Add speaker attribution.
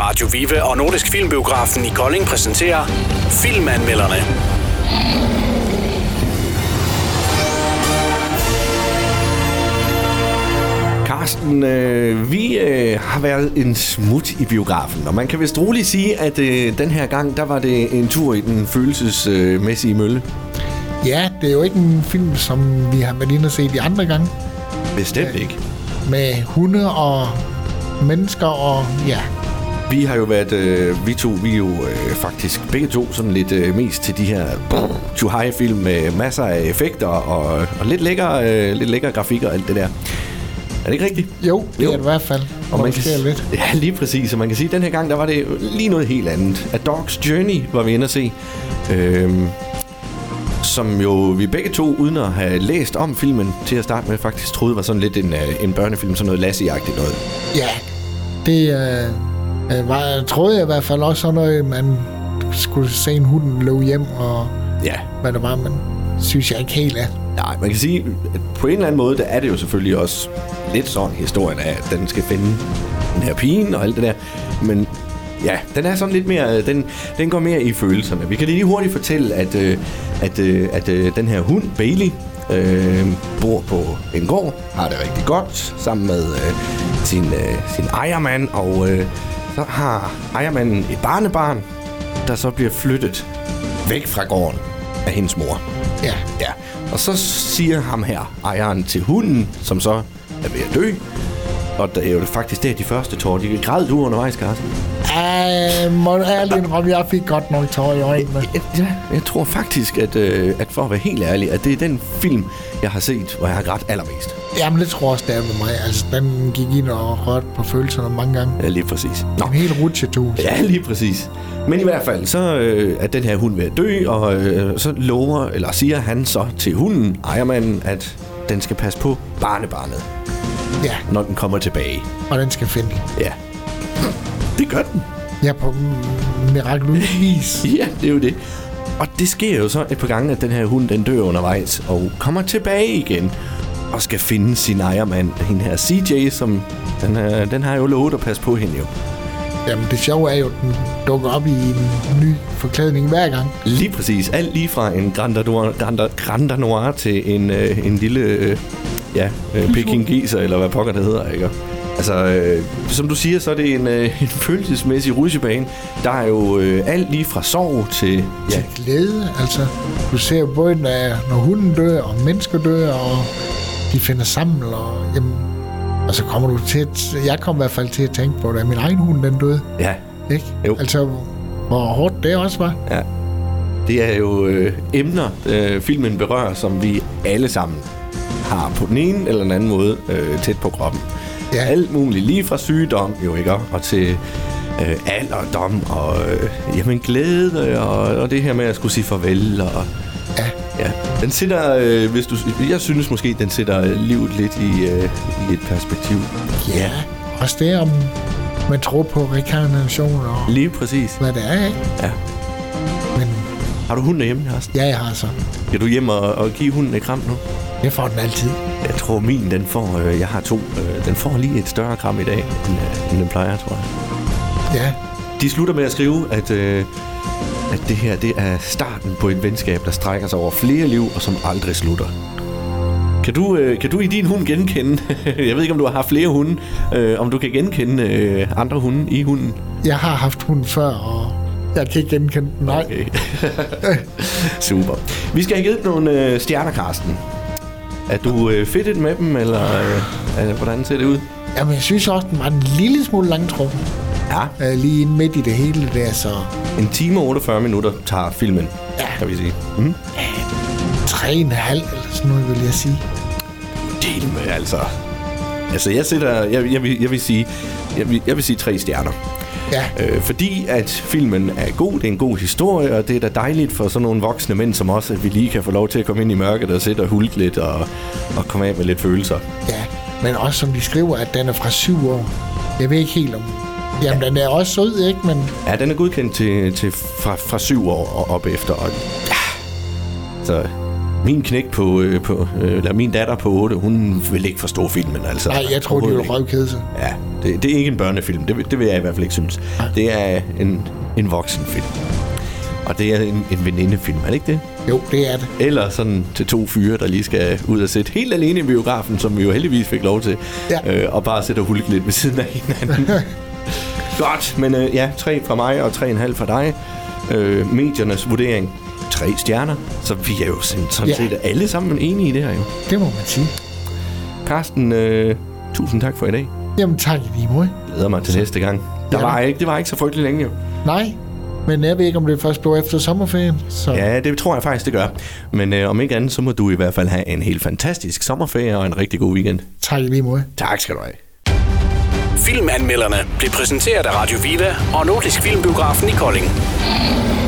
Speaker 1: Radio Vive og Nordisk Filmbiografen i Kolding præsenterer Filmanmelderne.
Speaker 2: Carsten, øh, vi øh, har været en smut i biografen, og man kan vist roligt sige, at øh, den her gang, der var det en tur i den følelsesmæssige øh, mølle.
Speaker 3: Ja, det er jo ikke en film, som vi har været inde og se de andre gange,
Speaker 2: Bestemt ikke.
Speaker 3: med hunde og mennesker og ja,
Speaker 2: Vi har jo været, øh, vi to, vi er jo øh, faktisk begge to sådan lidt øh, mest til de her too high film med masser af effekter og, og lidt lækker, øh, lidt lækker grafikker og alt det der. Er det ikke rigtigt?
Speaker 3: jo, det
Speaker 2: Jo.
Speaker 3: jo. er det i hvert fald, og man sker
Speaker 2: s-
Speaker 3: lidt.
Speaker 2: Ja, lige præcis. Og man kan sige, at den her gang, der var det lige noget helt andet. A Dog's Journey var vi inde at se. Øhm, som jo vi begge to, uden at have læst om filmen til at starte med, faktisk troede var sådan lidt en, øh, en børnefilm, sådan noget lassie-agtigt noget.
Speaker 3: Ja, det øh, øh, var, troede jeg i hvert fald også sådan noget, man skulle se en hund løbe hjem og
Speaker 2: Ja.
Speaker 3: hvad det var, men synes jeg ikke helt er.
Speaker 2: Nej, man kan sige, at på en eller anden måde, der er det jo selvfølgelig også lidt sådan historien af, at den skal finde den her pigen og alt det der. Men ja, den er sådan lidt mere, øh, den, den går mere i følelserne. Vi kan lige hurtigt fortælle, at, øh, at, øh, at øh, den her hund, Bailey, øh, bor på en gård, har det rigtig godt, sammen med øh, sin, øh, sin ejermand, og øh, så har ejermanden et barnebarn, der så bliver flyttet væk fra gården af hendes mor.
Speaker 3: Ja,
Speaker 2: Ja, og så siger ham her, ejeren til hunden, som så er ved at dø. Og det er jo faktisk der, de første tårer, de græd du undervejs, Carsten.
Speaker 3: Ej, må jeg ærligt indrømme, jeg fik godt nok tårer i øjnene.
Speaker 2: Jeg, ja, jeg tror faktisk, at, øh, at for at være helt ærlig, at det er den film, jeg har set, hvor jeg har grædt allermest.
Speaker 3: Jamen, det tror jeg også, det er med mig. Altså, den gik ind og rørte på følelserne mange gange.
Speaker 2: Ja, lige præcis. Nå.
Speaker 3: En helt rutsjetus.
Speaker 2: Ja, lige præcis. Men i hvert fald, så øh, er den her hund ved at dø, og øh, så lover, eller siger han så til hunden, ejermanden, at den skal passe på barnebarnet,
Speaker 3: Ja,
Speaker 2: når den kommer tilbage.
Speaker 3: og den skal finde.
Speaker 2: Ja. Det gør den.
Speaker 3: Ja, på mm, mirakuløs vis.
Speaker 2: Ja, det er jo det. Og det sker jo så et par gange, at den her hund, den dør undervejs og kommer tilbage igen og skal finde sin ejermand, hende her CJ, som den, øh, den har jo lovet at passe på hende jo.
Speaker 3: Jamen, det sjove er jo, at den dukker op i en ny forklædning hver gang.
Speaker 2: Lige præcis. Alt lige fra en Grand Noir, Grand, Grand Noir til en, øh, en lille øh, ja, øh, Pekingeser, eller hvad pokker det hedder, ikke? Altså, øh, som du siger, så er det en, øh, en følelsesmæssig rutsjebane. Der er jo øh, alt lige fra sorg til... Ja,
Speaker 3: Til glæde, altså. Du ser jo både, når, når hunden dør, og mennesker dør, og de finder sammen, og jamen, og så kommer du til at, jeg kom i hvert fald til at tænke på, da min egen hund den døde,
Speaker 2: ja
Speaker 3: ikke?
Speaker 2: Jo.
Speaker 3: Altså, hvor hårdt det også var.
Speaker 2: Ja. Det er jo øh, emner, øh, filmen berører, som vi alle sammen har på den ene eller den anden måde øh, tæt på kroppen. Ja.
Speaker 3: Ja.
Speaker 2: Alt muligt, lige fra sygdom jo ikke, og til øh, alderdom og øh, jamen, glæde og, og det her med at skulle sige farvel. Og,
Speaker 3: Ja,
Speaker 2: ja. Den sætter, øh, hvis du, jeg synes måske, den sætter øh, livet lidt i, øh, i et perspektiv.
Speaker 3: ja. Også det om, man tror på rekarnation og
Speaker 2: Lige præcis.
Speaker 3: hvad det er, ikke?
Speaker 2: Mm. Ja.
Speaker 3: Men
Speaker 2: Har du hunden derhjemme, Carsten?
Speaker 3: ja, jeg har så.
Speaker 2: Kan du hjem og, og give hunden et kram nu?
Speaker 3: Jeg får den altid.
Speaker 2: Jeg tror, min den får... Øh, jeg har to. Øh, den får lige et større kram i dag, end, øh, end den plejer, tror jeg.
Speaker 3: Ja,
Speaker 2: De slutter med at skrive, at, øh, at det her det er starten på et venskab, der strækker sig over flere liv, og som aldrig slutter. Kan du, øh, kan du i din hund genkende... jeg ved ikke, om du har haft flere hunde. Øh, om du kan genkende øh, andre hunde i hunden?
Speaker 3: jeg har haft hunden før, og jeg kan ikke genkende den. Nej.
Speaker 2: Okay. Super. Vi skal have givet nogle øh, stjerner, Karsten. Er du øh, fedtet med dem, eller øh, øh, hvordan ser det ud?
Speaker 3: Jamen, jeg synes også, den var en lille smule langtrukken.
Speaker 2: Ja,
Speaker 3: Øh, lige inde midt i det hele der, så
Speaker 2: En time og 48 minutter tager filmen,
Speaker 3: Ja.
Speaker 2: kan vi sige. Mm.
Speaker 3: 3,5 eller sådan noget, vil jeg sige.
Speaker 2: Del med, altså. Altså, jeg sætter... Jeg, jeg, vil, jeg vil sige... Jeg vil, jeg vil sige tre stjerner.
Speaker 3: Ja,
Speaker 2: Øh, fordi at filmen er god, det er en god historie, og det er da dejligt for sådan nogle voksne mænd som os, at vi lige kan få lov til at komme ind i mørket og sidde og hulke lidt og, og komme af med lidt følelser.
Speaker 3: ja. Men også som de skriver, at den er fra 7 år. Jeg ved ikke helt om... Jamen, den er også sød, ikke? Men
Speaker 2: Ja, den er godkendt til, til fra, fra syv år og op efter. Og, ja. Så min knæk på, øh, på øh, eller min datter på 8, hun vil ikke forstå filmen, altså.
Speaker 3: nej, jeg tror, de
Speaker 2: Overhovedet
Speaker 3: vil
Speaker 2: ikke.
Speaker 3: røvkede sig.
Speaker 2: Ja, Det, det er ikke en børnefilm. Det, vil- det vil jeg i hvert fald ikke synes. Det er en, en voksenfilm. Og det er en, en venindefilm, er det ikke det?
Speaker 3: Jo, det er det.
Speaker 2: Eller sådan til to fyre, der lige skal ud og sidde helt alene i biografen, som vi jo heldigvis fik lov til.
Speaker 3: Ja.
Speaker 2: Øh, og bare sidde og hulke lidt ved siden af hinanden. Godt, men øh, ja, tre fra mig og tre og en halv fra dig. Øh, mediernes vurdering, tre stjerner. Så vi er jo sådan, sådan
Speaker 3: Ja.
Speaker 2: ja. set alle sammen enige i det her jo.
Speaker 3: Det må man sige.
Speaker 2: Carsten, øh, tusind tak for i dag.
Speaker 3: Jamen tak i lige måde.
Speaker 2: Jeg glæder mig til næste gang. Der
Speaker 3: Ja.
Speaker 2: var ikke, det var ikke så frygtelig længe jo.
Speaker 3: Nej, men jeg ved ikke, om det først blev efter sommerferien. Så ja.
Speaker 2: Ja, det tror jeg faktisk, det gør. Men øh, om ikke andet, så må du i hvert fald have en helt fantastisk sommerferie og en rigtig god weekend.
Speaker 3: tak i lige måde.
Speaker 2: Tak skal du have.
Speaker 1: Filmanmelderne blev præsenteret af Radio Viva og Nordisk Filmbiografen i Kolding.